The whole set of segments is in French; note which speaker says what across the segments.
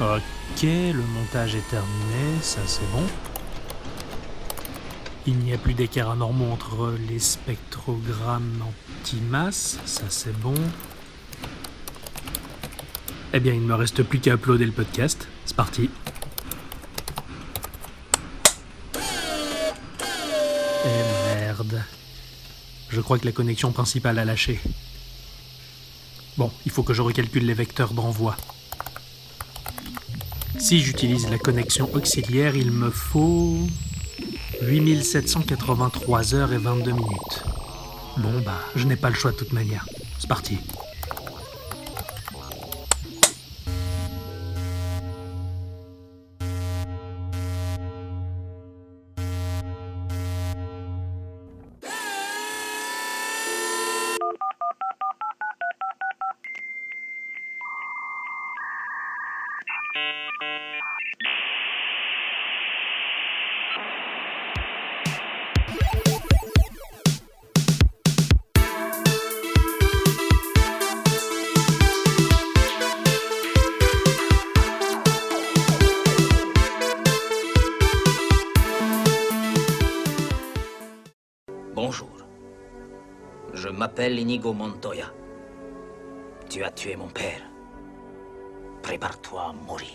Speaker 1: Ok, le montage est terminé, ça c'est bon. Il n'y a plus d'écart anormaux entre les spectrogrammes anti-masse, ça c'est bon. Eh bien, il ne me reste plus qu'à uploader le podcast. C'est parti. Eh merde. Je crois que la connexion principale a lâché. Bon, il faut que je recalcule les vecteurs d'envoi. Si j'utilise la connexion auxiliaire, il me faut 8783 heures et 22 minutes. Bon bah, je n'ai pas le choix de toute manière. C'est parti.
Speaker 2: Bonjour. Je m'appelle Inigo Montoya. Tu as tué mon père. Prépare-toi à mourir.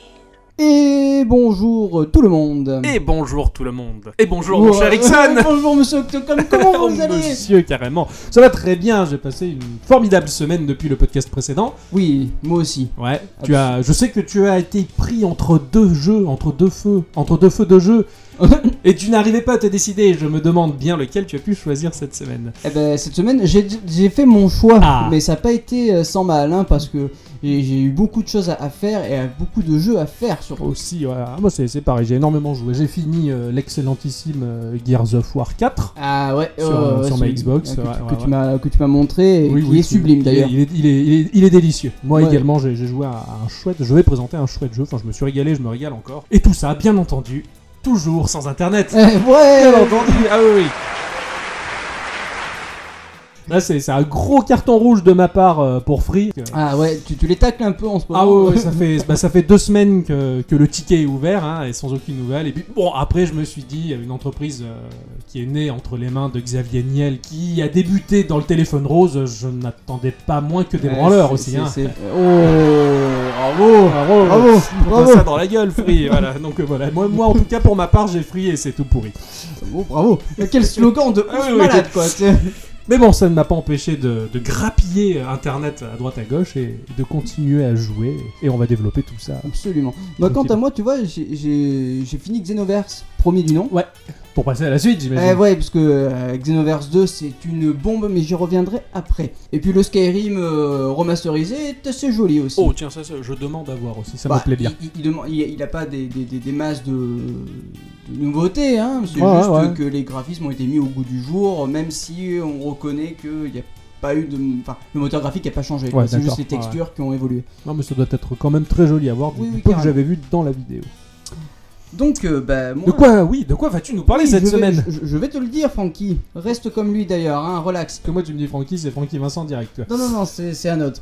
Speaker 3: Et bonjour euh, tout le monde.
Speaker 4: Et
Speaker 5: Mm.
Speaker 4: bonjour tout le monde. Et bonjour
Speaker 3: Ouais,
Speaker 4: mon cher Ixon.
Speaker 3: bonjour monsieur Octocom, comment vous
Speaker 4: Oh,
Speaker 3: allez
Speaker 5: Monsieur, carrément. Ça va très bien. J'ai passé une formidable semaine depuis le podcast précédent.
Speaker 3: Oui, moi aussi.
Speaker 5: Ouais. Tu as. Je sais que tu as été pris entre deux jeux, entre deux feux, entre deux feux de jeu, et tu n'arrivais pas à te décider. Je me demande bien lequel tu as pu choisir cette semaine.
Speaker 3: Eh ben, cette semaine, j'ai j'ai fait mon choix,
Speaker 5: Ah.
Speaker 3: mais ça n'a pas été euh, sans mal, hein, parce que j'ai j'ai eu beaucoup de choses à, à faire et euh, beaucoup de jeux à faire surtout.
Speaker 5: Aussi, ouais. Ah, moi c'est c'est pareil. J'ai énormément joué. J'ai fini euh, l'excellentissime euh, Gears of War 4.
Speaker 3: Ah ouais,
Speaker 5: Oh. Sur-
Speaker 3: euh,
Speaker 5: sur ma
Speaker 3: celui-
Speaker 5: Xbox,
Speaker 3: euh, que, tu-
Speaker 5: ouais,
Speaker 3: que
Speaker 5: ouais,
Speaker 3: tu m'as- que tu m'as montré, et qui est sublime
Speaker 5: il-
Speaker 3: d'ailleurs.
Speaker 5: Il est, il est- il est- il est délicieux. Moi
Speaker 3: Ouais.
Speaker 5: également, j'ai j'ai joué à un chouette. Je vais présenter un chouette jeu. Enfin, je me suis régalé, je me régale encore. Et tout ça, bien entendu, toujours sans
Speaker 3: Eh,
Speaker 5: internet.
Speaker 3: ouais,
Speaker 5: Bien entendu. Ah oui, oui. Là, c'est c'est un gros carton rouge de ma part euh, pour Free.
Speaker 3: ah ouais, tu, tu les tacles un peu en ce moment.
Speaker 5: Ah ouais, ouais, ça fait bah, ça fait deux semaines que, que le ticket est ouvert hein, et sans aucune nouvelle. Et puis bon après je me suis dit une entreprise euh, qui est née entre les mains de Xavier Niel qui a débuté dans le téléphone rose. Je n'attendais pas moins que des
Speaker 3: Ouais,
Speaker 5: branleurs
Speaker 3: c'est-
Speaker 5: aussi.
Speaker 3: c'est-
Speaker 5: hein.
Speaker 3: c'est- Oh, bravo,
Speaker 5: Bravo,
Speaker 3: bravo,
Speaker 5: Prends
Speaker 3: bravo,
Speaker 5: ça dans la gueule Free. voilà donc euh, voilà. Moi, moi en tout cas pour ma part j'ai Free et c'est tout pourri.
Speaker 3: bravo, bravo. Quel slogan de
Speaker 5: Ah ouais,
Speaker 3: ouf
Speaker 5: ouais,
Speaker 3: malade
Speaker 5: quel-
Speaker 3: quoi. c'est-
Speaker 5: Mais bon, ça ne m'a pas empêché de, de grappiller euh, Internet à droite à gauche et de continuer à jouer. Et on va développer tout ça.
Speaker 3: Absolument. Moi, quant à moi, tu vois, j'ai- j'ai j'ai fini Xenoverse, premier du nom.
Speaker 5: Pour passer à la suite, j'imagine.
Speaker 3: Eh ouais, parce que euh, Xenoverse 2, c'est une bombe, mais j'y reviendrai après. Et puis le Skyrim euh, remasterisé est assez joli aussi.
Speaker 5: Oh tiens, ça, ça, je demande à voir aussi, ça
Speaker 3: Bah,
Speaker 5: me plaît bien.
Speaker 3: Il, il- il demande- il- il a pas des, des- des- des masses de, de nouveautés, hein. c'est
Speaker 5: Ouais,
Speaker 3: juste
Speaker 5: ouais.
Speaker 3: que les graphismes ont été mis au goût du jour, même si on reconnaît qu'il n'y a pas eu de. Enfin, le moteur graphique n'a pas changé, quoi. c'est
Speaker 5: d'accord,
Speaker 3: juste les textures qui ont évolué.
Speaker 5: Non mais ça doit être quand même très joli à voir
Speaker 3: Oui,
Speaker 5: du
Speaker 3: oui,
Speaker 5: peu que
Speaker 3: carrément.
Speaker 5: j'avais vu dans la vidéo.
Speaker 3: Donc, euh, bah, moi.
Speaker 5: De quoi, oui, de quoi vas-tu nous parler
Speaker 3: Oui,
Speaker 5: cette
Speaker 3: je vais-
Speaker 5: semaine
Speaker 3: je, je vais te le dire, Francky. Reste comme lui d'ailleurs, hein, relax.
Speaker 5: Parce que moi tu me dis Francky, c'est Francky Vincent direct. toi.
Speaker 3: Non, non, non, c'est c'est un autre.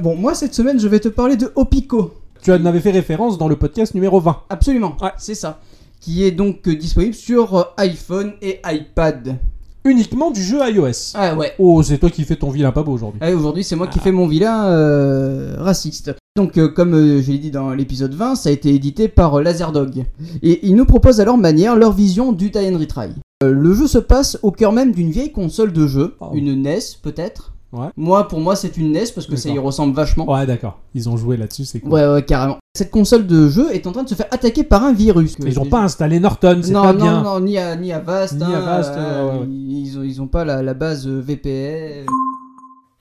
Speaker 3: Bon, moi cette semaine, je vais te parler de Opico.
Speaker 5: Tu en avais fait référence dans le podcast numéro 20.
Speaker 3: Absolument,
Speaker 5: Ouais.
Speaker 3: c'est ça. Qui est donc euh, disponible sur euh, iPhone et iPad.
Speaker 5: Uniquement du jeu iOS.
Speaker 3: Ah ouais.
Speaker 5: Oh, c'est toi qui fais ton vilain pabo aujourd'hui.
Speaker 3: Allez, Ah aujourd'hui, c'est moi
Speaker 5: Ah.
Speaker 3: qui fais mon vilain euh, raciste. Donc, euh, comme euh, je l'ai dit dans l'épisode 20, ça a été édité par euh, Laserdog. Et ils nous proposent à leur manière leur vision du Die and Retry. Euh, le jeu se passe au cœur même d'une vieille console de jeu,
Speaker 5: Oh.
Speaker 3: une NES peut-être.
Speaker 5: Ouais.
Speaker 3: Moi, pour moi, c'est une NES parce que ça y
Speaker 5: D'accord.
Speaker 3: ressemble vachement.
Speaker 5: Ouais, d'accord. Ils ont joué là-dessus, c'est cool.
Speaker 3: Ouais, ouais, carrément. Cette console de jeu est en train de se faire attaquer par un virus.
Speaker 5: Ils n'ont pas installé Norton, c'est
Speaker 3: non,
Speaker 5: pas
Speaker 3: non,
Speaker 5: bien.
Speaker 3: non, ni à, ni à Vast.
Speaker 5: Ni
Speaker 3: hein,
Speaker 5: à Vast,
Speaker 3: euh,
Speaker 5: ouais, ouais, ouais.
Speaker 3: Ils, ont, ils ont pas la, la base euh, VPN.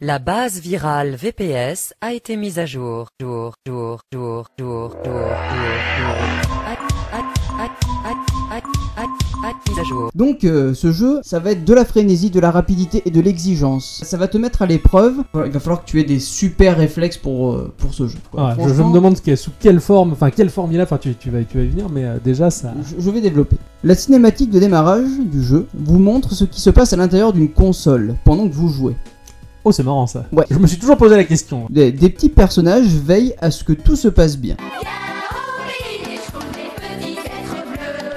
Speaker 6: La base virale VPS a été mise à jour. Jour, jour, jour, jour, jour, jour, jour. Ac- ac- ac- ac- ac- ac- ac- Mise à jour.
Speaker 3: Donc, euh, ce jeu, ça va être de la frénésie, de la rapidité et de l'exigence. Ça va te mettre à l'épreuve. Il va falloir que tu aies des super réflexes pour, euh, pour ce jeu. quoi.
Speaker 5: Ouais, je- je,
Speaker 3: Franchement,
Speaker 5: me demande ce qu'il y a- sous quelle forme, enfin quelle forme il a, enfin tu, tu vas, tu vas y venir, mais euh, déjà ça.
Speaker 3: Je, je vais développer. La cinématique de démarrage du jeu vous montre ce qui se passe à l'intérieur d'une console pendant que vous jouez.
Speaker 5: Oh c'est marrant ça.
Speaker 3: Ouais.
Speaker 5: Je me suis toujours posé la question.
Speaker 3: Des, des petits personnages veillent à ce que tout se passe bien.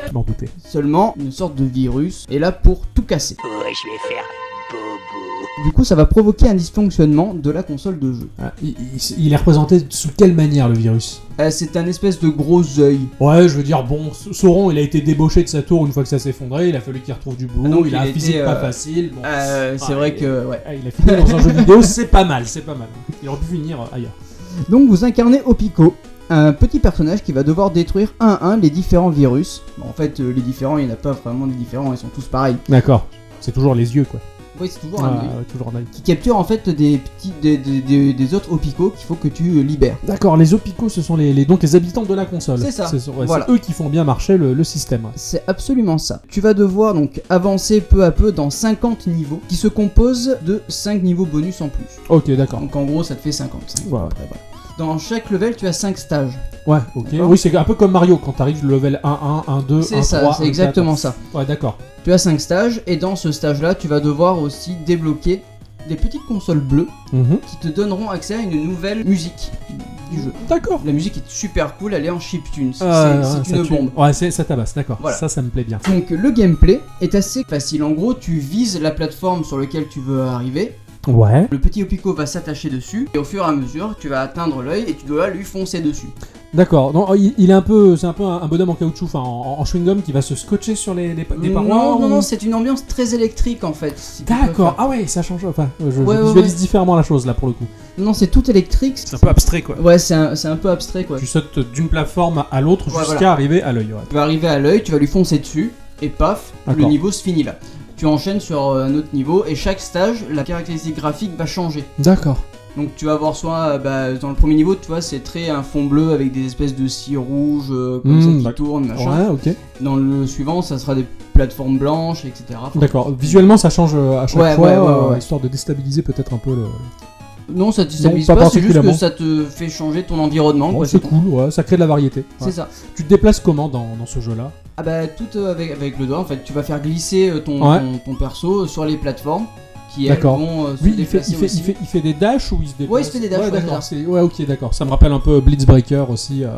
Speaker 5: Je m'en doutais.
Speaker 3: Seulement, une sorte de virus est là pour tout casser.
Speaker 2: Ouais, je vais faire bobo.
Speaker 3: Du coup, ça va provoquer un dysfonctionnement de la console de jeu.
Speaker 5: Ah, il, il- il est représenté sous quelle manière le virus
Speaker 3: Euh, c'est un espèce de gros œil.
Speaker 5: Ouais, je veux dire, bon, S- Sauron, il a été débauché de sa tour une fois que ça s'est effondré, il a fallu qu'il retrouve du boulot,
Speaker 3: Ah, donc
Speaker 5: il a
Speaker 3: il
Speaker 5: un
Speaker 3: était,
Speaker 5: physique pas
Speaker 3: euh,
Speaker 5: facile. bon.
Speaker 3: Euh, c'est
Speaker 5: Ah,
Speaker 3: vrai
Speaker 5: il-
Speaker 3: que, ouais.
Speaker 5: Ah, il a fini dans un jeu vidéo, c'est pas mal, c'est pas mal. Il aurait pu finir euh, ailleurs.
Speaker 3: Donc vous incarnez Opiko, un petit personnage qui va devoir détruire un à un les différents virus. Bon, en fait, euh, les différents, il n'y en a pas vraiment des différents, ils sont tous pareils.
Speaker 5: D'accord. C'est toujours les yeux, quoi.
Speaker 3: Oui, c'est toujours un œil.
Speaker 5: Ah, toujours un œil.
Speaker 3: Qui capture en fait des petits, des, des- des- des autres Opiko qu'il faut que tu euh, libères.
Speaker 5: D'accord, les opicos, ce sont les, les- donc les habitants de la console.
Speaker 3: C'est ça.
Speaker 5: Ce sont- ouais,
Speaker 3: Voilà.
Speaker 5: c'est eux qui font bien marcher le, le système. ouais.
Speaker 3: C'est absolument ça. Tu vas devoir donc avancer peu à peu dans 50 niveaux qui se composent de 5 niveaux bonus en plus.
Speaker 5: Ok, d'accord.
Speaker 3: Donc en gros, ça te fait 50. cinq
Speaker 5: Ouais.
Speaker 3: à peu près, voilà. Dans chaque level, tu as 5 stages.
Speaker 5: Ouais, ok.
Speaker 3: D'accord.
Speaker 5: Oui, c'est un peu comme Mario quand t'arrives le level 1, 1, 1, 2, 1, 3.
Speaker 3: C'est ça, c'est
Speaker 5: 1,
Speaker 3: exactement ça.
Speaker 5: Ouais, d'accord.
Speaker 3: Tu as 5 stages et dans ce stage-là, tu vas devoir aussi débloquer des petites consoles bleues
Speaker 5: Mhm.
Speaker 3: qui te donneront accès à une nouvelle musique du jeu.
Speaker 5: D'accord.
Speaker 3: La musique est super cool, elle est en chiptune. C'est
Speaker 5: Ah, ouais,
Speaker 3: c'est
Speaker 5: ça
Speaker 3: une
Speaker 5: tue.
Speaker 3: bombe.
Speaker 5: Ouais, c'est- ça tabasse, d'accord.
Speaker 3: Voilà.
Speaker 5: Ça, ça me plaît bien.
Speaker 3: Donc le gameplay est assez facile. En gros, tu vises la plateforme sur laquelle tu veux arriver.
Speaker 5: Ouais.
Speaker 3: Le petit Opico va s'attacher dessus et au fur et à mesure, tu vas atteindre l'œil et tu dois lui foncer dessus.
Speaker 5: D'accord. Non, il, il est un peu, c'est un peu un, un bonhomme en caoutchouc, enfin en, en chewing-gum qui va se scotcher sur les, les, pa- les parois.
Speaker 3: non, non,
Speaker 5: ou-
Speaker 3: non, c'est une ambiance très électrique en fait. si tu
Speaker 5: D'accord. Ah ouais, ça change. Enfin, je, je
Speaker 3: Ouais, ouais,
Speaker 5: visualise
Speaker 3: ouais.
Speaker 5: différemment la chose là pour le coup.
Speaker 3: préfères. Non, c'est tout électrique.
Speaker 4: C'est un peu abstrait, quoi.
Speaker 3: Ouais, c'est un, c'est un peu abstrait quoi.
Speaker 5: Tu sautes d'une plateforme à l'autre
Speaker 3: Ouais,
Speaker 5: jusqu'à
Speaker 3: voilà.
Speaker 5: arriver à l'œil. ouais.
Speaker 3: Tu vas arriver à l'œil, tu vas lui foncer dessus, et paf, le
Speaker 5: D'accord.
Speaker 3: niveau se finit là. Tu enchaînes sur euh, un autre niveau, et chaque stage, la caractéristique graphique va changer.
Speaker 5: D'accord.
Speaker 3: Donc tu vas avoir soit, euh, bah, dans le premier niveau, tu vois, c'est très un fond bleu avec des espèces de scies rouges euh, comme
Speaker 5: Mmh,
Speaker 3: ça qui
Speaker 5: d'ac-
Speaker 3: tournent, machin.
Speaker 5: Ouais, ok.
Speaker 3: Dans le suivant, ça sera des plateformes blanches, etc. Enfin,
Speaker 5: D'accord. Visuellement, ça change euh, à chaque
Speaker 3: Ouais,
Speaker 5: fois,
Speaker 3: ouais, ouais, ouais, ouais.
Speaker 5: histoire de déstabiliser peut-être un peu le.
Speaker 3: non, ça te déstabilise
Speaker 5: pas
Speaker 3: pas, c'est juste que
Speaker 5: particulièrement.
Speaker 3: ça te fait changer ton environnement.
Speaker 5: Bon,
Speaker 3: quoi,
Speaker 5: c'est
Speaker 3: tout.
Speaker 5: cool, ouais, ça crée de la variété.
Speaker 3: C'est
Speaker 5: Ouais.
Speaker 3: ça.
Speaker 5: Tu te déplaces comment dans, dans ce jeu-là
Speaker 3: Ah bah tout euh, avec, avec le doigt en fait, tu vas faire glisser euh, ton,
Speaker 5: Ouais.
Speaker 3: ton, ton perso euh, sur les plateformes qui elles
Speaker 5: D'accord.
Speaker 3: vont euh, se
Speaker 5: Lui, il fait,
Speaker 3: déplacer
Speaker 5: il, fait,
Speaker 3: aussi.
Speaker 5: il, fait, il fait des dashs ou il se déplace
Speaker 3: Ouais, il se fait des dashs, ouais, c'est ça.
Speaker 5: d'accord. c'est- Ouais, ok, d'accord. Ça me rappelle un peu Blitzbreaker aussi, euh,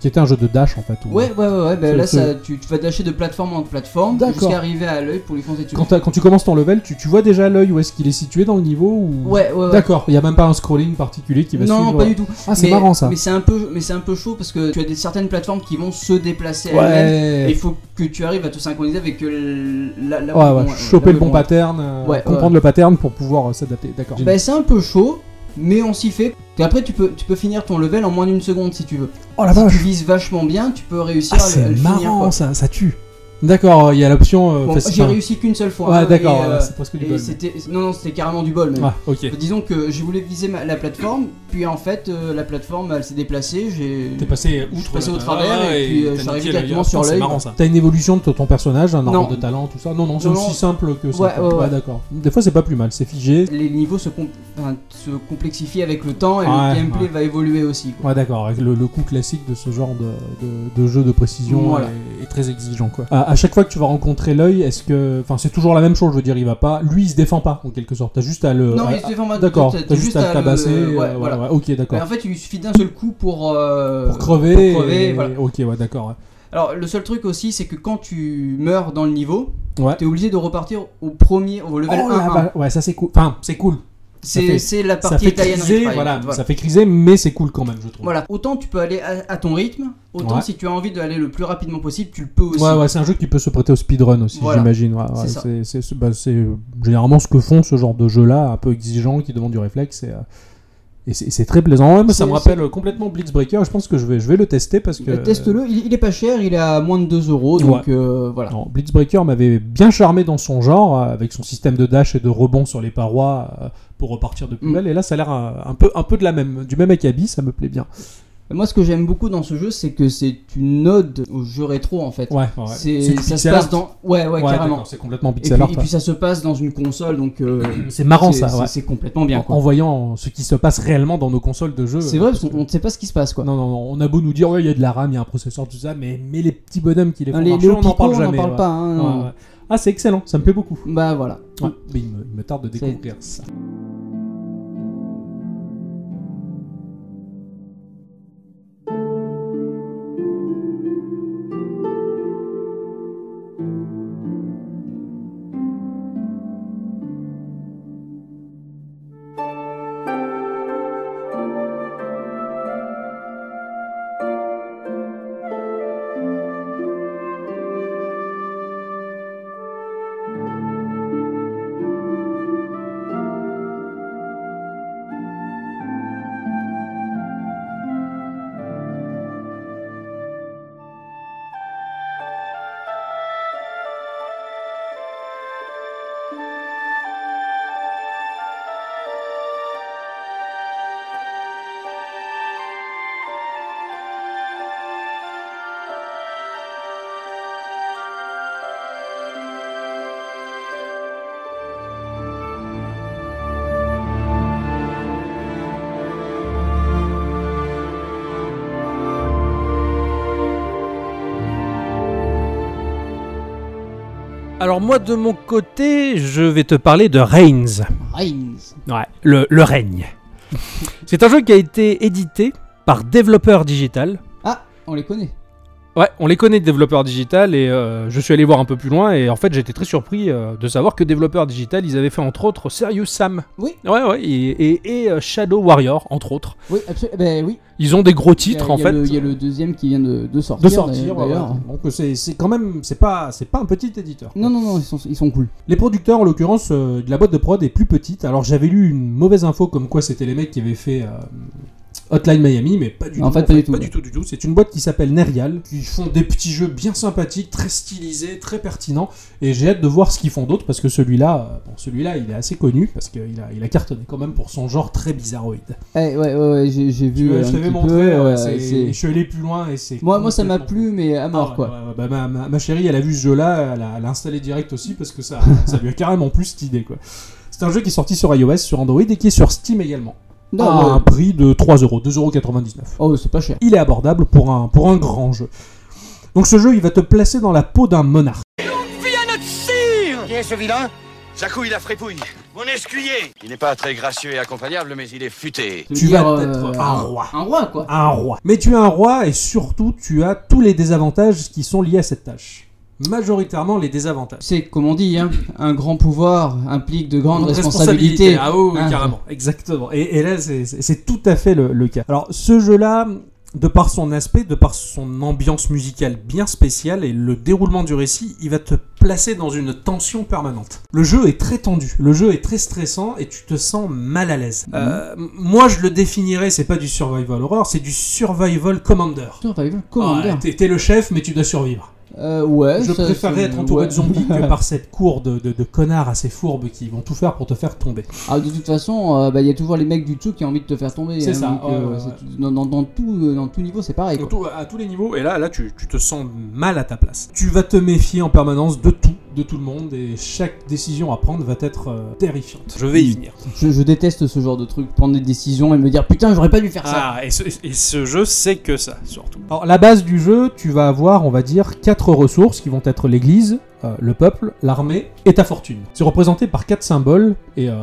Speaker 5: qui était un jeu de dash en fait. où-
Speaker 3: Ouais, ouais, ouais, ouais, bah
Speaker 5: C'est-
Speaker 3: là,
Speaker 5: c'est-
Speaker 3: ça, tu, tu vas dasher de plateforme en plateforme
Speaker 5: D'accord.
Speaker 3: jusqu'à arriver à l'œil pour lui foncer dessus.
Speaker 5: Quand, t'as- quand tu commences ton level, tu, tu vois déjà à l'œil où est-ce qu'il est situé dans le niveau ou...
Speaker 3: Ouais, ouais, ouais.
Speaker 5: D'accord, il n'y a même pas un scrolling particulier qui va
Speaker 3: Non,
Speaker 5: suivre.
Speaker 3: non, pas du tout.
Speaker 5: Ah, c'est
Speaker 3: Mais-
Speaker 5: marrant ça.
Speaker 3: Mais c'est un peu, mais c'est un peu chaud parce que tu as des, certaines plateformes qui vont se déplacer elles-mêmes. Et
Speaker 5: Ouais,
Speaker 3: il faut que tu arrives à te synchroniser avec euh, la, la-
Speaker 5: ouais, ouais,
Speaker 3: bon,
Speaker 5: choper
Speaker 3: la-
Speaker 5: le bon
Speaker 3: bon-
Speaker 5: pattern, euh,
Speaker 3: Ouais,
Speaker 5: comprendre
Speaker 3: ouais.
Speaker 5: le pattern pour pouvoir euh, s'adapter. D'accord.
Speaker 3: Bah, c'est un peu chaud, mais on s'y fait. Et après, tu peux, tu peux finir ton level en moins d'une seconde si tu veux.
Speaker 5: oh la
Speaker 3: si
Speaker 5: vache
Speaker 3: tu vises vachement bien, tu peux réussir
Speaker 5: Ah,
Speaker 3: à, le- à
Speaker 5: c'est
Speaker 3: le finir.
Speaker 5: marrant
Speaker 3: quoi.
Speaker 5: ça, ça tue. D'accord, il y a l'option. euh,
Speaker 3: Bon,
Speaker 5: facile-
Speaker 3: j'ai
Speaker 5: enfin,
Speaker 3: réussi qu'une seule fois. hein,
Speaker 5: Ouais, d'accord,
Speaker 3: et,
Speaker 5: ouais,
Speaker 3: euh,
Speaker 5: c'est presque du
Speaker 3: et
Speaker 5: bol.
Speaker 3: c'était, non, non, c'était carrément du bol même. Euh,
Speaker 5: Ouais, ok.
Speaker 3: Disons que j'ai voulu viser ma- la plateforme, puis en fait euh, la plateforme elle s'est déplacée, j'ai...
Speaker 4: T'es passé
Speaker 3: Je suis
Speaker 4: outre.
Speaker 3: passé
Speaker 4: là.
Speaker 3: au travers
Speaker 4: Ah,
Speaker 3: et puis, euh,
Speaker 4: t'as
Speaker 3: je suis arrivé
Speaker 4: niqué,
Speaker 3: directement
Speaker 4: là,
Speaker 3: sur
Speaker 4: C'est
Speaker 3: l'œil.
Speaker 4: marron ça.
Speaker 5: T'as une évolution de ton personnage, un
Speaker 3: Non.
Speaker 5: ordre de talent, tout ça. Non, non, c'est
Speaker 3: Non,
Speaker 5: aussi
Speaker 3: non.
Speaker 5: simple que ça.
Speaker 3: Ouais,
Speaker 5: quoi.
Speaker 3: ouais, ouais.
Speaker 5: d'accord. Des fois, c'est pas plus mal, c'est figé.
Speaker 3: Les niveaux se, com- enfin, se complexifient avec le temps et
Speaker 5: Ouais,
Speaker 3: le gameplay
Speaker 5: ouais.
Speaker 3: va évoluer aussi. quoi.
Speaker 5: Ouais, d'accord, avec le, le coup classique de ce genre de, de- de jeu de précision
Speaker 3: Voilà.
Speaker 5: est, est très exigeant, quoi. À, à chaque fois que tu vas rencontrer l'œil, est-ce que. Enfin, c'est toujours la même chose, je veux dire, il va pas. Lui, il se défend pas, en quelque sorte. T'as juste à le.
Speaker 3: non,
Speaker 5: à- ah,
Speaker 3: il se fait format-
Speaker 5: Euh, D'accord,
Speaker 3: t'as-
Speaker 5: t'as juste à le
Speaker 3: le-
Speaker 5: tabasser.
Speaker 3: ouais,
Speaker 5: euh,
Speaker 3: voilà.
Speaker 5: voilà, ouais, ok,
Speaker 3: Mais
Speaker 5: d'accord.
Speaker 3: en fait, il suffit d'un seul coup pour, euh,
Speaker 5: Pour crever.
Speaker 3: pour crever,
Speaker 5: et-
Speaker 3: voilà.
Speaker 5: Ok, ouais, d'accord. ouais.
Speaker 3: Alors, le seul truc aussi, c'est que quand tu meurs dans le niveau,
Speaker 5: Ouais.
Speaker 3: t'es obligé de repartir au premier, au level
Speaker 5: Oh
Speaker 3: 1.
Speaker 5: la vache, ouais, ça c'est cool. Enfin, c'est cool.
Speaker 3: C'est,
Speaker 5: fait-
Speaker 3: c'est la
Speaker 5: Ça
Speaker 3: partie
Speaker 5: fait
Speaker 3: Italian
Speaker 5: criser,
Speaker 3: Retrial,
Speaker 5: voilà,
Speaker 3: voilà.
Speaker 5: ça fait criser, mais c'est cool quand même, je trouve.
Speaker 3: Voilà. autant tu peux aller à, à ton rythme, autant
Speaker 5: Ouais.
Speaker 3: si tu as envie d'aller le plus rapidement possible, tu le peux aussi.
Speaker 5: Ouais, ouais, c'est un jeu qui peut se prêter au speedrun aussi,
Speaker 3: Voilà.
Speaker 5: j'imagine. Ouais, ouais,
Speaker 3: C'est ça.
Speaker 5: c'est- c'est- c'est- bah, c'est, euh, généralement ce que font ce genre de jeux-là, un peu exigeant, qui demande du réflexe. Et, euh, et c'est c'est très plaisant. Ouais, moi, ça
Speaker 3: C'est-
Speaker 5: me rappelle euh, complètement Blitzbreaker. Je pense que je vais, je vais le tester parce que.
Speaker 3: Bah, Teste-le, il, il est pas cher, il est à moins de 2 euros, donc euh, voilà.
Speaker 5: Non, Blitzbreaker m'avait bien charmé dans son genre, euh, avec son système de dash et de rebond sur les parois euh, pour repartir de plus
Speaker 3: Mm.
Speaker 5: belle. Et là, ça a l'air euh, un peu, un peu de la même, du même acabit, ça me plaît bien.
Speaker 3: Moi, ce que j'aime beaucoup dans ce jeu, c'est que c'est une ode au jeu rétro en fait.
Speaker 5: Ouais, ouais.
Speaker 3: C'est,
Speaker 5: du
Speaker 3: ça se
Speaker 5: pixel
Speaker 3: passe
Speaker 5: art.
Speaker 3: dans, ouais, ouais,
Speaker 5: Ouais,
Speaker 3: carrément.
Speaker 5: d'accord, C'est complètement
Speaker 3: Et puis,
Speaker 5: pixel art.
Speaker 3: et puis ça se passe dans une console, donc euh,
Speaker 5: C'est marrant
Speaker 3: c'est,
Speaker 5: ça,
Speaker 3: c'est-
Speaker 5: ouais.
Speaker 3: c'est complètement bien.
Speaker 5: en,
Speaker 3: Quoi.
Speaker 5: en voyant ce qui se passe réellement dans nos consoles de jeux. euh,
Speaker 3: c'est vrai parce qu'on on ne sait pas ce qui se passe quoi.
Speaker 5: Non, non, non, on a beau nous dire, ouais, il y a de la RAM, il y a un processeur, tout ça, mais, mais les petits bonhommes qui les font
Speaker 3: Hein, Ah, les
Speaker 5: marcher,
Speaker 3: les
Speaker 5: on n'en parle
Speaker 3: Opico,
Speaker 5: jamais.
Speaker 3: parle
Speaker 5: ouais.
Speaker 3: pas. hein, non.
Speaker 5: Ouais, ouais. Ah, c'est excellent, ça me plaît beaucoup.
Speaker 3: Bah voilà.
Speaker 5: Ouais, mais il me, il me tarde de
Speaker 3: C'est-
Speaker 5: découvrir ça.
Speaker 7: Alors moi de mon côté, je vais te parler de Reigns.
Speaker 3: Reigns.
Speaker 7: Ouais, le, le règne. C'est un jeu qui a été édité par Développeur Digital.
Speaker 3: Ah, on les connaît.
Speaker 7: Ouais, on les connaît, développeurs digital, et euh, je suis allé voir un peu plus loin, et en fait, j'étais très surpris euh, de savoir que développeurs digital, ils avaient fait entre autres Serious Sam.
Speaker 3: Oui.
Speaker 7: Ouais, ouais, et, et- et, euh, Shadow Warrior, entre autres.
Speaker 3: Oui, absolument. Ben oui.
Speaker 7: Ils ont des gros
Speaker 3: Il y a-
Speaker 7: titres,
Speaker 3: il y a
Speaker 7: en fait.
Speaker 3: le- Il y a le deuxième qui vient de, de sortir.
Speaker 5: De sortir, ouais,
Speaker 3: d'ailleurs.
Speaker 5: ouais. Donc c'est c'est quand même, c'est pas, c'est pas un petit éditeur.
Speaker 3: Non, non, non, ils sont, ils sont cool.
Speaker 5: Les producteurs, en l'occurrence, euh, de la boîte de prod est plus petite. Alors j'avais lu une mauvaise info comme quoi c'était les mecs qui avaient fait euh, Hotline Miami, mais pas du
Speaker 3: En
Speaker 5: tout.
Speaker 3: fait, pas du tout,
Speaker 5: Pas
Speaker 3: ouais.
Speaker 5: du tout, du tout. C'est une boîte qui s'appelle Nerial, qui font des petits jeux bien sympathiques, très stylisés, très pertinents. Et j'ai hâte de voir ce qu'ils font d'autre parce que celui-là, euh, bon, celui-là, il est assez connu parce qu'il a, il a cartonné quand même pour son genre très bizarroïde.
Speaker 3: Eh, ouais, ouais, ouais, j'ai j'ai vu. euh,
Speaker 5: je
Speaker 3: un
Speaker 5: t'avais
Speaker 3: petit
Speaker 5: montré,
Speaker 3: peu,
Speaker 5: euh,
Speaker 3: ouais,
Speaker 5: c'est-
Speaker 3: c'est-
Speaker 5: je suis allé plus loin et c'est.
Speaker 3: Moi, moi, ça m'a
Speaker 5: complètement-
Speaker 3: plu, mais à
Speaker 5: ah,
Speaker 3: mort,
Speaker 5: ouais,
Speaker 3: quoi.
Speaker 5: ouais, ouais, bah, ma, ma- ma chérie, elle a vu ce jeu-là, elle a, elle a installé direct aussi parce que ça, ça lui a carrément plus cette idée. quoi. C'est un jeu qui est sorti sur iOS, sur Android et qui est sur Steam également.
Speaker 3: Non,
Speaker 5: à
Speaker 3: Ah, ouais.
Speaker 5: un prix de 3 euros, 2,99€.
Speaker 3: Oh, c'est pas cher.
Speaker 5: Il est abordable pour un, pour un grand jeu. Donc ce jeu, il va te placer dans la peau d'un monarque.
Speaker 2: Qui est ce vilain Jacouille la frépouille. Mon escuyer Il n'est pas très gracieux et accompagnable, mais il est futé.
Speaker 3: Ça veut
Speaker 5: Tu
Speaker 3: dire,
Speaker 5: vas
Speaker 3: euh,
Speaker 5: être un roi.
Speaker 3: Un roi, quoi.
Speaker 5: Un roi. Mais tu es un roi et surtout, tu as tous les désavantages qui sont liés à cette tâche. Majoritairement les désavantages.
Speaker 3: C'est comme on dit, hein, un grand pouvoir implique de grandes
Speaker 5: Responsabilité.
Speaker 3: responsabilités.
Speaker 5: Ah oui, oui,
Speaker 3: Hein.
Speaker 5: carrément. Exactement. Et, et là, c'est- c'est c'est tout à fait le, le cas. Alors, ce jeu-là, de par son aspect, de par son ambiance musicale bien spéciale et le déroulement du récit, il va te placer dans une tension permanente. Le jeu est très tendu, le jeu est très stressant et tu te sens mal à l'aise.
Speaker 3: Mhm.
Speaker 5: Euh, m- moi, je le définirais, c'est pas du survival horror, c'est du survival commander.
Speaker 3: Putain, t'as vu le commander.
Speaker 5: Ouais, t'es- T'es le chef, mais tu dois survivre.
Speaker 3: Euh, ouais,
Speaker 5: Je
Speaker 3: ça-
Speaker 5: préférerais
Speaker 3: ça-
Speaker 5: être entouré
Speaker 3: ouais.
Speaker 5: de zombies que par cette cour de, de- de connards assez fourbes qui vont tout faire pour te faire tomber.
Speaker 3: Ah, de toute façon, euh, bah, il y a toujours les mecs du tout qui ont envie de te faire tomber.
Speaker 5: C'est ça,
Speaker 3: donc, euh,
Speaker 5: ouais, ouais,
Speaker 3: c'est
Speaker 5: ouais.
Speaker 3: tout- dans, dans- dans tout, euh, dans tout niveau, c'est pareil.
Speaker 5: Donc,
Speaker 3: quoi.
Speaker 5: tout- à tous les niveaux, et là, là tu, tu te sens mal à ta place. Tu vas te méfier en permanence de tout, de tout le monde, et chaque décision à prendre va être euh, terrifiante. Je vais y venir.
Speaker 3: Je, je déteste ce genre de truc, prendre des décisions et me dire putain, j'aurais pas dû faire ça.
Speaker 4: Ah, et ce, et ce jeu, c'est que ça, surtout.
Speaker 5: Alors, la base du jeu, tu vas avoir, on va dire, quatre ressources qui vont être l'église, euh, le peuple, l'armée et ta fortune. C'est représenté par quatre symboles, et euh,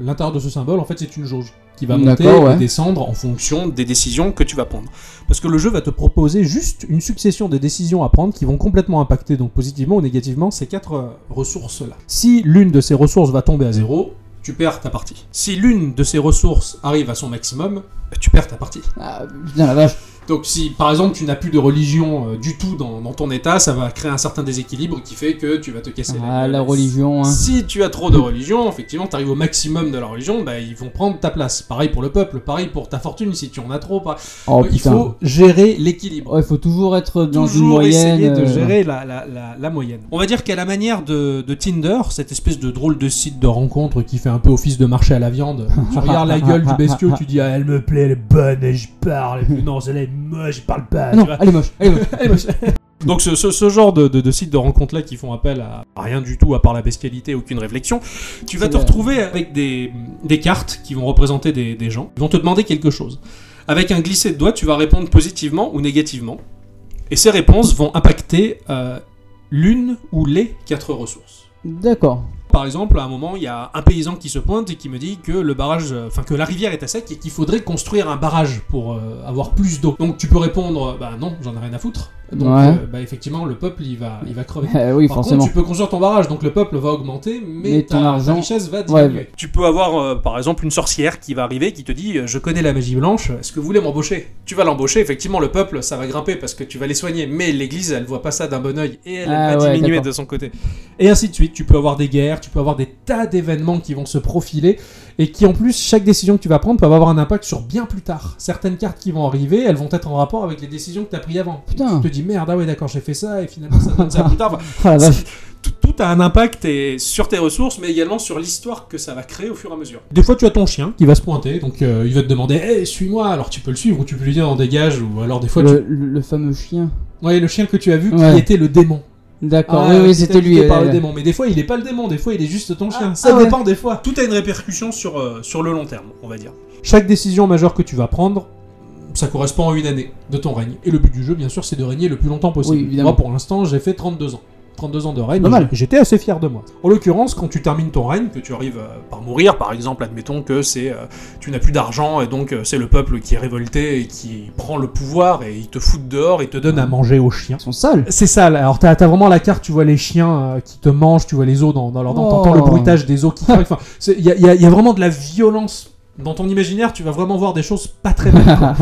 Speaker 5: l'intérieur de ce symbole, en fait, c'est une jauge qui va monter
Speaker 3: D'accord, ouais.
Speaker 5: et descendre en fonction des décisions que tu vas prendre. Parce que le jeu va te proposer juste une succession de décisions à prendre qui vont complètement impacter, donc positivement ou négativement, ces quatre euh, ressources-là. Si l'une de ces ressources va tomber à zéro, tu perds ta partie. Si l'une de ces ressources arrive à son maximum, tu perds ta partie.
Speaker 3: Ah, putain, la vache.
Speaker 5: Donc si par exemple tu n'as plus de religion euh, du tout dans, dans ton état, ça va créer un certain déséquilibre qui fait que tu vas te casser la
Speaker 3: Ah,
Speaker 5: gueule.
Speaker 3: la religion, hein.
Speaker 5: Si tu as trop de religion, effectivement, tu arrives au maximum de la religion, bah, ils vont prendre ta place. Pareil pour le peuple, pareil pour ta fortune si tu en as trop. Pas.
Speaker 3: Oh
Speaker 5: Il
Speaker 3: putain.
Speaker 5: faut gérer l'équilibre.
Speaker 3: Ouais, faut toujours être dans une
Speaker 5: Toujours
Speaker 3: moyenne.
Speaker 5: essayer de
Speaker 3: euh,
Speaker 5: gérer la, la- la- la moyenne. On va dire qu'à la manière de, de Tinder, cette espèce de drôle de site de rencontre qui fait un peu office de marché à la viande, tu regardes la gueule du bestiau, tu dis ah, elle me plaît, elle est bonne, et je parle, et puis, non, celle-là est moche, je parle
Speaker 3: Ah
Speaker 5: pas. tu
Speaker 3: non,
Speaker 5: vois.
Speaker 3: elle est moche, elle est moche.
Speaker 5: Donc ce, ce- ce genre de, de, de sites de rencontres-là qui font appel à rien du tout à part la bestialité, aucune réflexion, tu vas
Speaker 3: C'est
Speaker 5: te
Speaker 3: vrai.
Speaker 5: retrouver avec des, des cartes qui vont représenter des, des gens, ils vont te demander quelque chose. Avec un glisser de doigt, tu vas répondre positivement ou négativement, et ces réponses vont impacter euh, l'une ou les quatre ressources.
Speaker 3: D'accord.
Speaker 5: Par exemple, à un moment, il y a un paysan qui se pointe et qui me dit que le barrage, euh, enfin que la rivière est à sec et qu'il faudrait construire un barrage pour euh, avoir plus d'eau. Donc tu peux répondre, euh, bah non, j'en ai rien à foutre. Donc
Speaker 3: Ouais.
Speaker 5: euh, bah, effectivement, le peuple il va, il va crever.
Speaker 3: Eh oui,
Speaker 5: Par
Speaker 3: forcément.
Speaker 5: contre, tu peux construire ton barrage, donc le peuple va augmenter, mais,
Speaker 3: Mais
Speaker 5: ta,
Speaker 3: ton
Speaker 5: ta
Speaker 3: argent-
Speaker 5: richesse va diminuer.
Speaker 3: ouais.
Speaker 5: Tu peux avoir, euh, par exemple, une sorcière qui va arriver, qui te dit euh, Je connais la magie blanche, est-ce que vous voulez m'embaucher ?» Tu vas l'embaucher, effectivement, le peuple, ça va grimper parce que tu vas les soigner, mais l'église, elle voit pas ça d'un bon oeil, et elle, elle
Speaker 3: Ah
Speaker 5: va
Speaker 3: ouais,
Speaker 5: diminuer
Speaker 3: d'accord.
Speaker 5: de son côté. Et ainsi de suite, tu peux avoir des guerres, tu peux avoir des tas d'événements qui vont se profiler, et qui en plus, chaque décision que tu vas prendre peut avoir un impact sur bien plus tard. Certaines cartes qui vont arriver, elles vont être en rapport avec les décisions que tu as prises avant.
Speaker 3: Putain.
Speaker 5: Tu te dis « Merde, ah ouais, d'accord, j'ai fait ça, et finalement, ça donne ça plus tard. Enfin,
Speaker 3: Ah la vache.
Speaker 5: c'est- tout, tout a un impact et- sur tes ressources, mais également sur l'histoire que ça va créer au fur et à mesure. Des fois, tu as ton chien qui va se pointer, donc euh, il va te demander Hey, suis-moi Alors tu peux le suivre, ou tu peux lui dire en dégage, ou alors des fois,
Speaker 3: Le, le- le fameux chien.
Speaker 5: tu... ouais, le chien que tu as vu
Speaker 3: Ouais.
Speaker 5: qui était le démon.
Speaker 3: D'accord,
Speaker 5: Ah,
Speaker 3: oui,
Speaker 5: qui
Speaker 3: oui,
Speaker 5: était
Speaker 3: c'était lui.
Speaker 5: habité
Speaker 3: euh,
Speaker 5: par le
Speaker 3: là, là.
Speaker 5: démon. Mais des fois, il est pas le démon, des fois, il est juste ton chien.
Speaker 3: ah
Speaker 5: ça
Speaker 3: ouais.
Speaker 5: dépend des fois. Tout a une répercussion sur, euh, sur le long terme, on va dire. Chaque décision majeure que tu vas prendre, ça correspond à une année de ton règne. Et le but du jeu, bien sûr, c'est de régner le plus longtemps possible.
Speaker 3: Oui, évidemment.
Speaker 5: Moi, pour l'instant, j'ai fait 32 ans. 32 ans de règne,
Speaker 3: Normal.
Speaker 5: j'étais assez fier de moi. En l'occurrence, quand tu termines ton règne, que tu arrives euh, par mourir, par exemple, admettons que c'est euh, tu n'as plus d'argent et donc euh, c'est le peuple qui est révolté et qui prend le pouvoir et ils te foutent dehors, ils te donnent à manger aux chiens.
Speaker 3: Ils sont sales.
Speaker 5: C'est ça, là. alors t'as as vraiment la carte, tu vois les chiens euh, qui te mangent, tu vois les os dans, dans leur dent, t'entends
Speaker 3: Oh.
Speaker 5: le bruitage des os qui craquent. Enfin, c'est- il y a, il y a- il y a vraiment de la violence. Dans ton imaginaire, tu vas vraiment voir des choses pas très belles. quoi.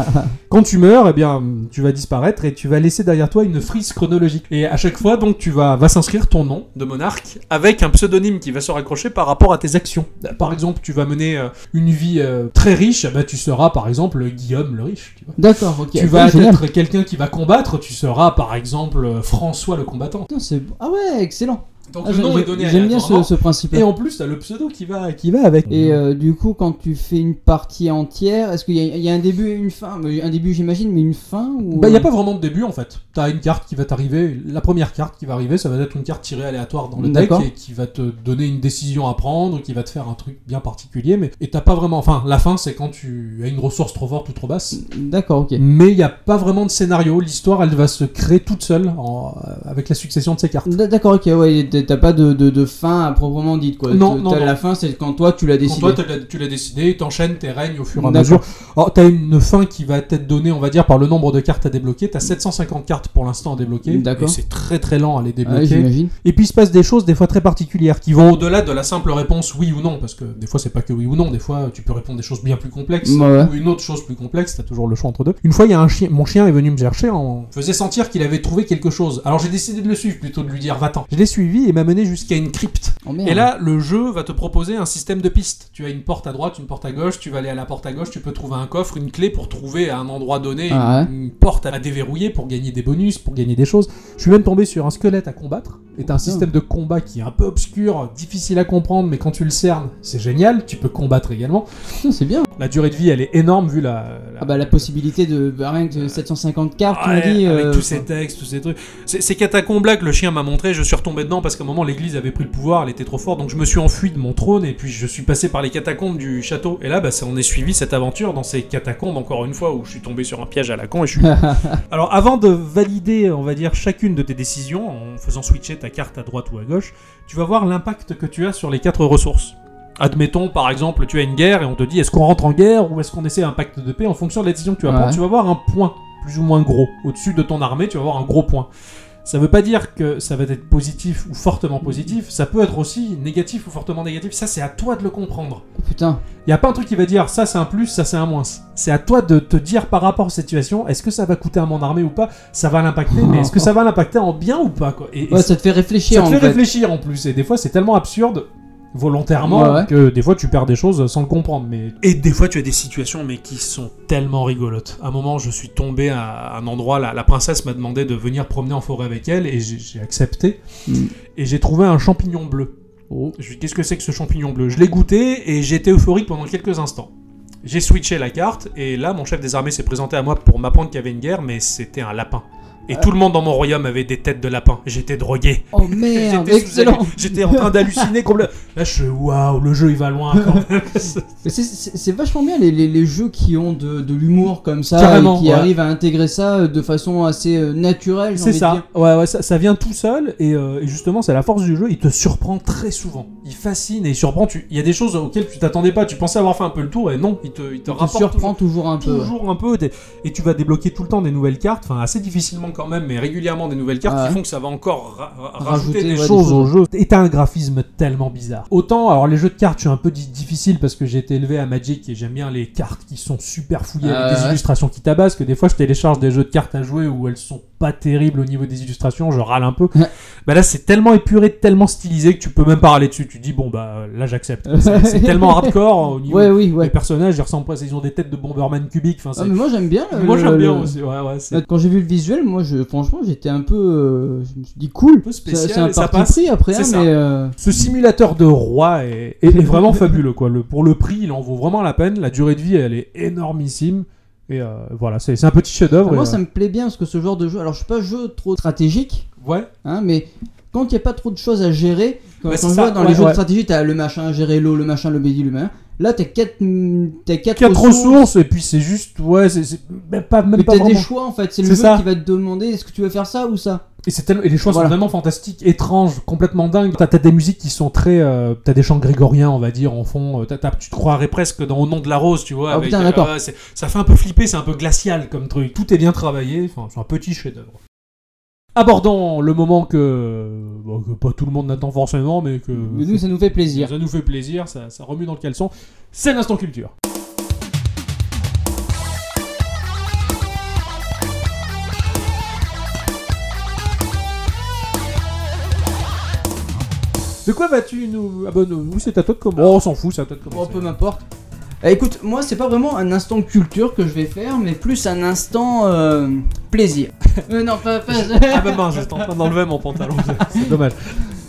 Speaker 5: Quand tu meurs, eh bien, tu vas disparaître et tu vas laisser derrière toi une frise chronologique. Et à chaque fois, donc, tu vas, va s'inscrire ton nom de monarque avec un pseudonyme qui va se raccrocher par rapport à tes actions. Par exemple, tu vas mener euh, une vie euh, très riche, eh ben, tu seras par exemple Guillaume le riche. Tu vois.
Speaker 3: D'accord, ok.
Speaker 5: Tu vas
Speaker 3: Ah, génial.
Speaker 5: être quelqu'un qui va combattre, tu seras par exemple euh, François le combattant.
Speaker 3: Putain, c'est- Ah ouais, excellent.
Speaker 5: Donc
Speaker 3: Ah,
Speaker 5: le nom
Speaker 3: j'aime-
Speaker 5: est donné
Speaker 3: J'aime bien ce,
Speaker 5: aléatoirement.
Speaker 3: ce principe.
Speaker 5: Et en plus, t'as le pseudo qui va, qui va
Speaker 3: avec.
Speaker 5: avec.
Speaker 3: Et euh, du coup, quand tu fais une partie entière, est-ce qu'il y, a- il y a un début et une fin Mais Un début, j'imagine, mais une fin ou... euh,
Speaker 5: Bah, il n'y a pas vraiment de début en fait. T'as une carte qui va t'arriver. La première carte qui va arriver, ça va être une carte tirée aléatoire dans le deck
Speaker 3: D'accord.
Speaker 5: et qui va te donner une décision à prendre, qui va te faire un truc bien particulier. Mais et t'as pas vraiment. Enfin, la fin, c'est quand tu as une ressource trop forte ou trop basse.
Speaker 3: D'accord, ok.
Speaker 5: Mais il n'y a pas vraiment de scénario. L'histoire, elle va se créer toute seule en- euh, avec la succession de ces cartes.
Speaker 3: D- D'accord, ok, ouais, t'as- t'as pas de, de, de fin à proprement dite, quoi.
Speaker 5: Non,
Speaker 3: T'as-
Speaker 5: non,
Speaker 3: t'as
Speaker 5: non.
Speaker 3: La fin, c'est quand toi, tu l'as
Speaker 5: Quand
Speaker 3: décidé.
Speaker 5: toi, t'as- tu l'as décidé, t'enchaînes tes règnes au fur et à
Speaker 3: D'accord.
Speaker 5: mesure. Alors, Oh, t'as une fin qui va être donnée, on va dire, par le nombre de cartes à débloquer. T'as 750 cartes pour l'instant à débloquer.
Speaker 3: D'accord.
Speaker 5: Et c'est très très lent à les
Speaker 3: Ah ouais,
Speaker 5: débloquer.
Speaker 3: j'imagine.
Speaker 5: Et puis il se passe des choses des fois très particulières qui vont au-delà de la simple réponse oui ou non, parce que des fois c'est pas que oui ou non, des fois tu peux répondre des choses bien plus complexes
Speaker 3: Ouais.
Speaker 5: ou une autre chose plus complexe, t'as toujours le choix entre deux. Une fois, il y a un chien, mon chien est venu me chercher en faisait sentir qu'il avait trouvé quelque chose. Alors j'ai décidé de le suivre plutôt que de lui dire va-t'en. Je l'ai suivi et m'a mené jusqu'à une crypte.
Speaker 3: Oh, merde.
Speaker 5: Et là, le jeu va te proposer un système de pistes. Tu as une porte à droite, une porte à gauche, tu vas aller à la porte à gauche, tu peux trouver un coffre, une clé pour trouver à un endroit donné
Speaker 3: Ah
Speaker 5: une, une porte à déverrouiller pour gagner des bonus, pour gagner des choses. Je suis même tombé sur un squelette à combattre. Et t'as un
Speaker 3: Putain.
Speaker 5: système de combat qui est un peu obscur, difficile à comprendre, mais quand tu le cernes, c'est génial, tu peux combattre également.
Speaker 3: Putain, c'est bien.
Speaker 5: La durée de vie, elle est énorme vu la... la-
Speaker 3: Ah bah, la possibilité de. bah, rien que 750 cartes, on
Speaker 5: Ouais,
Speaker 3: a dit.
Speaker 5: avec
Speaker 3: euh,
Speaker 5: tous ces textes, tous ces trucs. C'est ces catacombes là que le chien m'a montré, je suis retombé dedans parce qu'à un moment l'église avait pris le pouvoir, elle était trop forte, donc je me suis enfui de mon trône et puis je suis passé par les catacombes du château. Et là, bah, ça- on est suivi cette aventure dans ces catacombes encore une fois où je suis tombé sur un piège à la con et je suis. Alors avant de valider, on va dire chacune de tes décisions en faisant switcher ta carte à droite ou à gauche, tu vas voir l'impact que tu as sur les quatre ressources. Admettons par exemple, tu as une guerre et on te dit est-ce qu'on rentre en guerre ou est-ce qu'on essaie un pacte de paix en fonction de la décision que tu vas
Speaker 3: Ouais.
Speaker 5: prendre. Tu vas avoir un point plus ou moins gros. Au-dessus de ton armée, tu vas avoir un gros point. Ça veut pas dire que ça va être positif ou fortement positif, ça peut être aussi négatif ou fortement négatif. Ça, c'est à toi de le comprendre.
Speaker 3: Putain.
Speaker 5: Il a pas un truc qui va dire ça c'est un plus, ça c'est un moins. C'est à toi de te dire par rapport à cette situation, est-ce que ça va coûter à mon armée ou pas Ça va l'impacter, mais est-ce que ça va l'impacter en bien ou pas quoi Et- et
Speaker 3: Ouais, ça te fait réfléchir
Speaker 5: ça te
Speaker 3: en
Speaker 5: fait
Speaker 3: fait.
Speaker 5: réfléchir en plus, et des fois c'est tellement absurde volontairement
Speaker 3: Ouais, ouais.
Speaker 5: que des fois tu perds des choses sans le comprendre. Mais... Et des fois tu as des situations mais qui sont tellement rigolotes. À un moment je suis tombé à un endroit, la, la princesse m'a demandé de venir promener en forêt avec elle et j'ai j'ai accepté.
Speaker 3: Mm.
Speaker 5: Et j'ai trouvé un champignon bleu.
Speaker 3: Oh.
Speaker 5: Je lui ai dit qu'est-ce que c'est que ce champignon bleu Je l'ai goûté et j'ai été euphorique pendant quelques instants. J'ai switché la carte et là mon chef des armées s'est présenté à moi pour m'apprendre qu'il y avait une guerre mais c'était un lapin.
Speaker 3: Ah.
Speaker 5: Et tout le monde dans mon royaume avait des têtes de lapin. J'étais drogué.
Speaker 3: Oh
Speaker 5: J'étais
Speaker 3: merde,
Speaker 5: sous-
Speaker 3: excellent.
Speaker 5: J'étais en train d'halluciner complètement. Là, je suis waouh, le jeu il va loin. quand même.
Speaker 3: Mais c'est- C'est c'est vachement bien les, les- les jeux qui ont de, de l'humour comme ça
Speaker 5: Carrément,
Speaker 3: et qui
Speaker 5: ouais.
Speaker 3: arrivent à intégrer ça euh, de façon assez euh, naturelle. j'ai
Speaker 5: c'est
Speaker 3: envie de
Speaker 5: ça.
Speaker 3: dire.
Speaker 5: Ouais, ouais, ça, ça vient tout seul et, euh, et justement, c'est la force du jeu. Il te surprend très souvent. Il fascine et il surprend. Tu... Il y a des choses auxquelles tu t'attendais pas. Tu pensais avoir fait un peu le tour et non, il te, il te
Speaker 3: Tu
Speaker 5: rapporte
Speaker 3: surprends toujours un peu. ouais.
Speaker 5: toujours un peu des- et tu vas débloquer tout le temps des nouvelles cartes enfin assez difficilement quand même mais régulièrement des nouvelles cartes
Speaker 3: Ouais.
Speaker 5: qui font que ça va encore ra- ra- rajouter,
Speaker 3: Rajouter, ouais,
Speaker 5: des,
Speaker 3: des
Speaker 5: choses
Speaker 3: choses.
Speaker 5: au jeu et t'as un graphisme tellement bizarre autant alors les jeux de cartes je suis un peu di- difficile parce que j'ai été élevé à Magic et j'aime bien les cartes qui sont super fouillées avec
Speaker 3: Ah
Speaker 5: des
Speaker 3: ouais.
Speaker 5: illustrations qui tabassent que des fois je télécharge des jeux de cartes à jouer où elles sont pas terribles au niveau des illustrations je râle un peu
Speaker 3: Ouais.
Speaker 5: bah là c'est tellement épuré tellement stylisé que tu peux même pas râler dessus tu dis bon bah là j'accepte c'est c'est tellement hardcore au niveau
Speaker 3: Ouais, oui,
Speaker 5: les
Speaker 3: ouais.
Speaker 5: personnages, ils ressemblent pas, ils ont des têtes de Bomberman cubique. Enfin, c'est-
Speaker 3: Ah, mais moi j'aime bien. euh,
Speaker 5: moi
Speaker 3: le-
Speaker 5: j'aime bien
Speaker 3: le-
Speaker 5: aussi. Ouais, ouais, c'est
Speaker 3: Euh, Quand j'ai vu le visuel, moi je, franchement j'étais un peu. euh, je me suis dit cool.
Speaker 5: peu
Speaker 3: Ça-
Speaker 5: spécial
Speaker 3: C'est un
Speaker 5: et ça
Speaker 3: parti
Speaker 5: passe.
Speaker 3: pris après,
Speaker 5: C'est
Speaker 3: hein,
Speaker 5: ça.
Speaker 3: mais. euh,
Speaker 5: Ce simulateur de roi est, est- est vraiment fabuleux quoi. Le, pour le prix, il en vaut vraiment la peine. La durée de vie, elle est énormissime. Et euh, voilà, c'est c'est un petit chef-d'œuvre.
Speaker 3: Ah, Moi
Speaker 5: et,
Speaker 3: ça me plaît bien parce que ce genre de jeu. Alors je suis pas jeu trop stratégique,
Speaker 5: euh, ouais.
Speaker 3: hein, mais quand il n'y a pas trop de choses à gérer, quand,
Speaker 5: Bah,
Speaker 3: quand
Speaker 5: c'est
Speaker 3: je
Speaker 5: ça,
Speaker 3: vois dans
Speaker 5: ouais,
Speaker 3: les jeux
Speaker 5: ouais.
Speaker 3: de stratégie, t'as le machin, gérer l'eau, le machin, le bédi, le machin. Là, t'as 4 t'as quatre,
Speaker 5: Quatre ressources, et puis c'est juste, ouais, c'est c'est même pas, même
Speaker 3: mais
Speaker 5: pas
Speaker 3: t'as des
Speaker 5: vraiment.
Speaker 3: choix en fait. C'est le
Speaker 5: C'est
Speaker 3: jeu
Speaker 5: ça.
Speaker 3: qui va te demander est-ce que tu veux faire ça ou ça.
Speaker 5: Et, c'est tellement- et les choix
Speaker 3: Voilà.
Speaker 5: sont vraiment fantastiques, étranges, complètement dingues. T'as t'as des musiques qui sont très. euh, t'as des chants grégoriens, on va dire, en fond. Euh, t'as- t'as- tu te croirais presque dans Au nom de la rose, tu vois. euh,
Speaker 3: Ah, putain, d'accord.
Speaker 5: ouais, c'est- ça fait un peu flipper, c'est un peu glacial comme truc. Tout est bien travaillé, enfin, c'est un petit chef-d'œuvre. Abordant le moment que, bon, que pas tout le monde n'attend forcément, mais que.
Speaker 3: Mais nous, ça nous fait plaisir.
Speaker 5: Ça nous fait plaisir, ça, ça remue dans le caleçon. C'est l'instant culture. De quoi vas-tu nous. Ah bah, non, oui, c'est à toi de commencer. Oh, on s'en fout, c'est à toi de
Speaker 3: Bon,
Speaker 5: commencer.
Speaker 3: peu m'importe. Eh, écoute, moi, c'est pas vraiment un instant culture que je vais faire, mais plus un instant euh, plaisir. Euh, non, pas, pas-
Speaker 5: Ah bah mince, j'étais en train d'enlever mon pantalon. C'est dommage.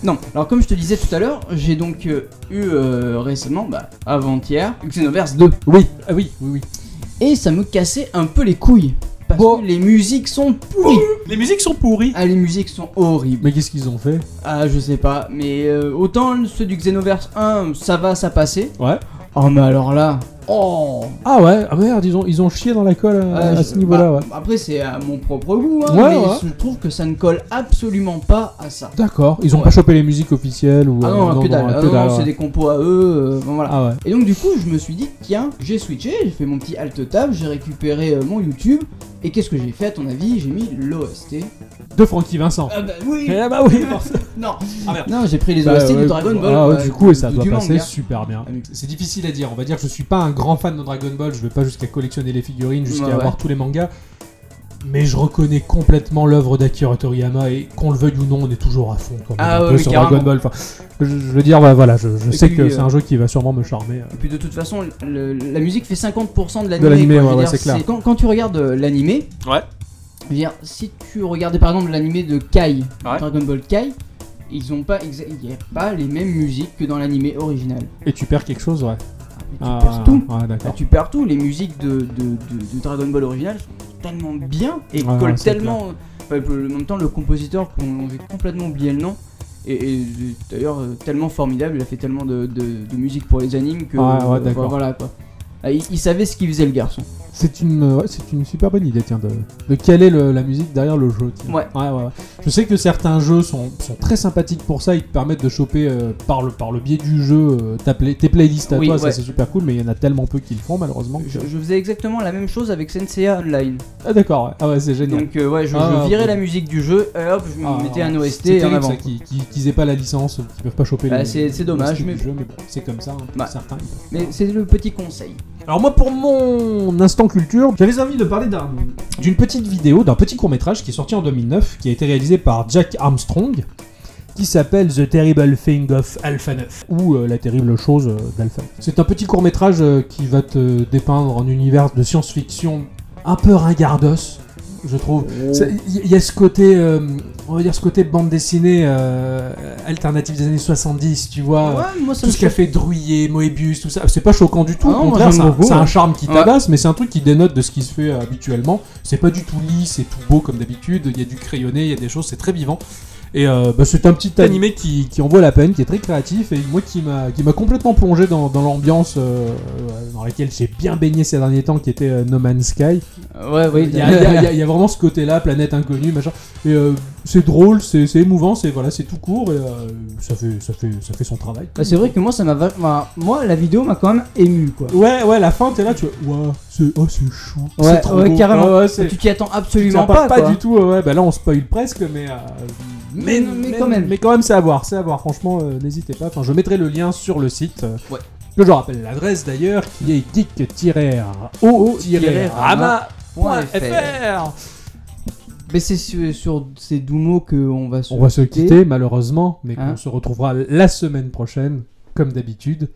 Speaker 3: non, alors comme je te disais tout à l'heure, j'ai donc euh, eu euh, récemment, bah, avant-hier, Xenoverse 2.
Speaker 5: Oui, ah oui, oui, oui.
Speaker 3: Et ça me cassait un peu les couilles. Parce
Speaker 5: Bon.
Speaker 3: que les musiques sont pourries.
Speaker 5: Les musiques sont pourries.
Speaker 3: Ah, les musiques sont horribles.
Speaker 5: Mais qu'est-ce qu'ils ont fait
Speaker 3: Ah, je sais pas, mais euh, autant ceux du Xenoverse 1, ça va, ça passait.
Speaker 5: Ouais.
Speaker 3: Oh, mais alors là. Oh
Speaker 5: Ah ouais, ah merde, ils ont, ils ont chié dans la colle à,
Speaker 3: Ouais,
Speaker 5: à
Speaker 3: je-
Speaker 5: ce niveau-là,
Speaker 3: bah,
Speaker 5: ouais.
Speaker 3: Après, c'est à mon propre goût, hein,
Speaker 5: Ouais,
Speaker 3: mais
Speaker 5: ouais.
Speaker 3: je trouve que ça ne colle absolument pas à ça.
Speaker 5: D'accord, ils ont
Speaker 3: Ouais.
Speaker 5: pas chopé les musiques officielles ou.
Speaker 3: Ah
Speaker 5: euh,
Speaker 3: non, que dalle, ah
Speaker 5: que
Speaker 3: non,
Speaker 5: dalle,
Speaker 3: c'est
Speaker 5: ouais.
Speaker 3: des compos à eux, euh, bon, voilà.
Speaker 5: Ah ouais.
Speaker 3: Et donc, du coup, je me suis dit, tiens, j'ai switché, j'ai fait mon petit alt-tab, j'ai récupéré euh, mon YouTube, et qu'est-ce que j'ai fait à ton avis J'ai mis l'OST.
Speaker 5: De Francky Vincent.
Speaker 3: Ah bah oui
Speaker 5: Eh bah oui, forcément.
Speaker 3: Non
Speaker 5: Ah merde.
Speaker 3: Non, j'ai pris les
Speaker 5: Bah
Speaker 3: OST
Speaker 5: ouais,
Speaker 3: de Dragon Ball.
Speaker 5: ah ouais,
Speaker 3: euh,
Speaker 5: du coup, et ça
Speaker 3: du-
Speaker 5: doit
Speaker 3: du
Speaker 5: passer
Speaker 3: manga.
Speaker 5: super bien.
Speaker 3: Ah, mais-
Speaker 5: C'est difficile à dire, on va dire que je suis pas un grand fan de Dragon Ball, je vais pas jusqu'à collectionner les figurines, jusqu'à
Speaker 3: Ouais, ouais.
Speaker 5: avoir tous les mangas. Mais je reconnais complètement l'œuvre d'Akira Toriyama et qu'on le veuille ou non, on est toujours à fond quand même,
Speaker 3: Ah
Speaker 5: un
Speaker 3: ouais,
Speaker 5: peu
Speaker 3: mais
Speaker 5: sur
Speaker 3: carrément.
Speaker 5: Dragon Ball. Enfin, je, je veux dire, bah, voilà, je, je
Speaker 3: Et
Speaker 5: sais
Speaker 3: puis,
Speaker 5: que
Speaker 3: euh,
Speaker 5: c'est un jeu qui va sûrement me charmer. euh.
Speaker 3: Et puis de toute façon, le- la musique fait 50% de
Speaker 5: De
Speaker 3: l'animé. quoi. Je
Speaker 5: l'animé, ouais,
Speaker 3: veux
Speaker 5: ouais,
Speaker 3: dire,
Speaker 5: c'est clair.
Speaker 3: Quand, quand tu regardes euh, l'animé,
Speaker 4: Ouais.
Speaker 3: je veux dire, si tu regardais par exemple l'animé de Kai,
Speaker 4: Ouais.
Speaker 3: Dragon Ball Kai, ils ont pas, exa- il y a pas les mêmes musiques que dans l'animé original.
Speaker 5: Et tu perds quelque chose, ouais.
Speaker 3: Tu
Speaker 5: Ah,
Speaker 3: perds tout.
Speaker 5: Ouais,
Speaker 3: Bah,
Speaker 5: d'accord.
Speaker 3: tu perds tout. Les musiques de, de- de- de Dragon Ball original sont tellement bien et
Speaker 5: Ouais,
Speaker 3: collent
Speaker 5: ouais, c'est
Speaker 3: tellement. euh, Enfin, le- en même temps, le compositeur, on j'ai complètement oublié le nom. Et, et d'ailleurs, euh, tellement formidable, il a fait tellement de, de- de musique pour les animes que.
Speaker 5: Ouais, ouais,
Speaker 3: euh,
Speaker 5: d'accord.
Speaker 3: Voilà quoi. Ah, Il, il savait ce qu'il faisait le garçon.
Speaker 5: C'est une, euh, ouais, c'est une super bonne idée, tiens, de, de caler le- la musique derrière le jeu. tiens.
Speaker 3: Ouais.
Speaker 5: Ouais, ouais, ouais. Je sais que certains jeux sont, sont très sympathiques pour ça, ils te permettent de choper euh, par, le, par le biais du jeu euh, ta play- tes playlists à
Speaker 3: Oui,
Speaker 5: toi, ça
Speaker 3: ouais.
Speaker 5: c'est super cool, mais il y en a tellement peu qui le font malheureusement. que-
Speaker 3: Je, je faisais exactement la même chose avec Senseiya Online.
Speaker 5: Ah d'accord, ouais. ah ouais, c'est génial.
Speaker 3: Donc euh, ouais, je,
Speaker 5: Ah,
Speaker 3: je virais
Speaker 5: ouais.
Speaker 3: la musique du jeu et hop, je me
Speaker 5: Ah,
Speaker 3: mettais un
Speaker 5: c'est
Speaker 3: OST
Speaker 5: terrible,
Speaker 3: en avant.
Speaker 5: ça, qu'ils qu'ils- qu'ils aient pas la licence, qu'ils peuvent pas choper
Speaker 3: Bah,
Speaker 5: le-
Speaker 3: c'est- c'est
Speaker 5: le
Speaker 3: dommage,
Speaker 5: style
Speaker 3: mais-
Speaker 5: du jeu, bon, c'est comme ça, hein, pour
Speaker 3: Bah.
Speaker 5: certains. ils peuvent
Speaker 3: Mais
Speaker 5: pas.
Speaker 3: c'est le petit conseil.
Speaker 5: Alors moi pour mon instant culture, j'avais envie de parler d'un- d'une petite vidéo, d'un petit court métrage qui est sorti en 2009, qui a été réalisé par Jack Armstrong, qui s'appelle The Terrible Thing of Alpha 9, ou euh, La terrible chose euh, d'Alpha 9. C'est un petit court métrage qui va te dépeindre un univers de science-fiction un peu ringardos, je trouve. Ça- Il y- y a ce côté, euh, on va dire ce côté bande dessinée euh, alternative des années 70, tu vois
Speaker 3: ouais, moi ça
Speaker 5: tout
Speaker 3: me
Speaker 5: ce qu'a
Speaker 3: choque.
Speaker 5: fait Drouillet, Moebius, tout ça, c'est pas choquant du tout.
Speaker 3: Ah
Speaker 5: Au
Speaker 3: non, moi,
Speaker 5: contraire,
Speaker 3: j'aime
Speaker 5: c'est un,
Speaker 3: beaucoup,
Speaker 5: c'est un
Speaker 3: ouais.
Speaker 5: charme qui
Speaker 3: Ouais.
Speaker 5: tabasse, mais c'est un truc qui dénote de ce qui se fait euh, habituellement. C'est pas du tout lisse, c'est tout beau comme d'habitude. Il y a du crayonné, il y a des choses, c'est très vivant. Et euh, bah, c'est un petit animé qui, qui en vaut la peine, qui est très créatif et moi qui m'a qui m'a complètement plongé dans, dans l'ambiance euh, euh, dans laquelle j'ai bien baigné ces derniers temps, qui était euh, No Man's Sky.
Speaker 3: Ouais, oui.
Speaker 5: Il y, a- il y a- il y a- il y a vraiment ce côté-là, planète inconnue, machin. Et euh, c'est drôle, c'est c'est émouvant, c'est voilà, c'est tout court et euh, ça fait ça fait ça fait son travail.
Speaker 3: Bah, c'est vrai que moi ça m'a va- bah, moi la vidéo m'a quand même ému quoi.
Speaker 5: Ouais, ouais, la fin, t'es là, tu vois, ouah, c'est oh, c'est chou.
Speaker 3: Ouais,
Speaker 5: c'est trop
Speaker 3: ouais,
Speaker 5: beau.
Speaker 3: carrément.
Speaker 5: Ouais, ouais, c'est-
Speaker 3: Tu t'y attends
Speaker 5: tu
Speaker 3: absolument
Speaker 5: t'en
Speaker 3: pas,
Speaker 5: parles pas
Speaker 3: quoi.
Speaker 5: du tout, ouais, bah là on spoil presque, mais, euh,
Speaker 3: Mais- mais quand même.
Speaker 5: Mais quand même, c'est à voir, c'est à voir, franchement, euh, n'hésitez pas. Enfin, je mettrai le lien sur le site. euh,
Speaker 3: Ouais.
Speaker 5: Que je rappelle l'adresse d'ailleurs, qui est geek-rama.fr.
Speaker 3: Mais c'est sur, sur ces doux mots qu'on va se
Speaker 5: On va se quitter malheureusement, mais
Speaker 3: Hein
Speaker 5: on se retrouvera la semaine prochaine, comme d'habitude.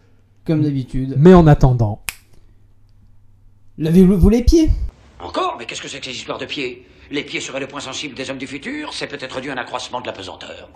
Speaker 3: comme d'habitude.
Speaker 5: Mais en attendant,
Speaker 3: Lavez-vous les pieds.
Speaker 8: Encore Mais qu'est-ce que c'est que ces histoires de pieds Les pieds seraient le point sensible des hommes du futur, c'est peut-être dû à un accroissement de la pesanteur.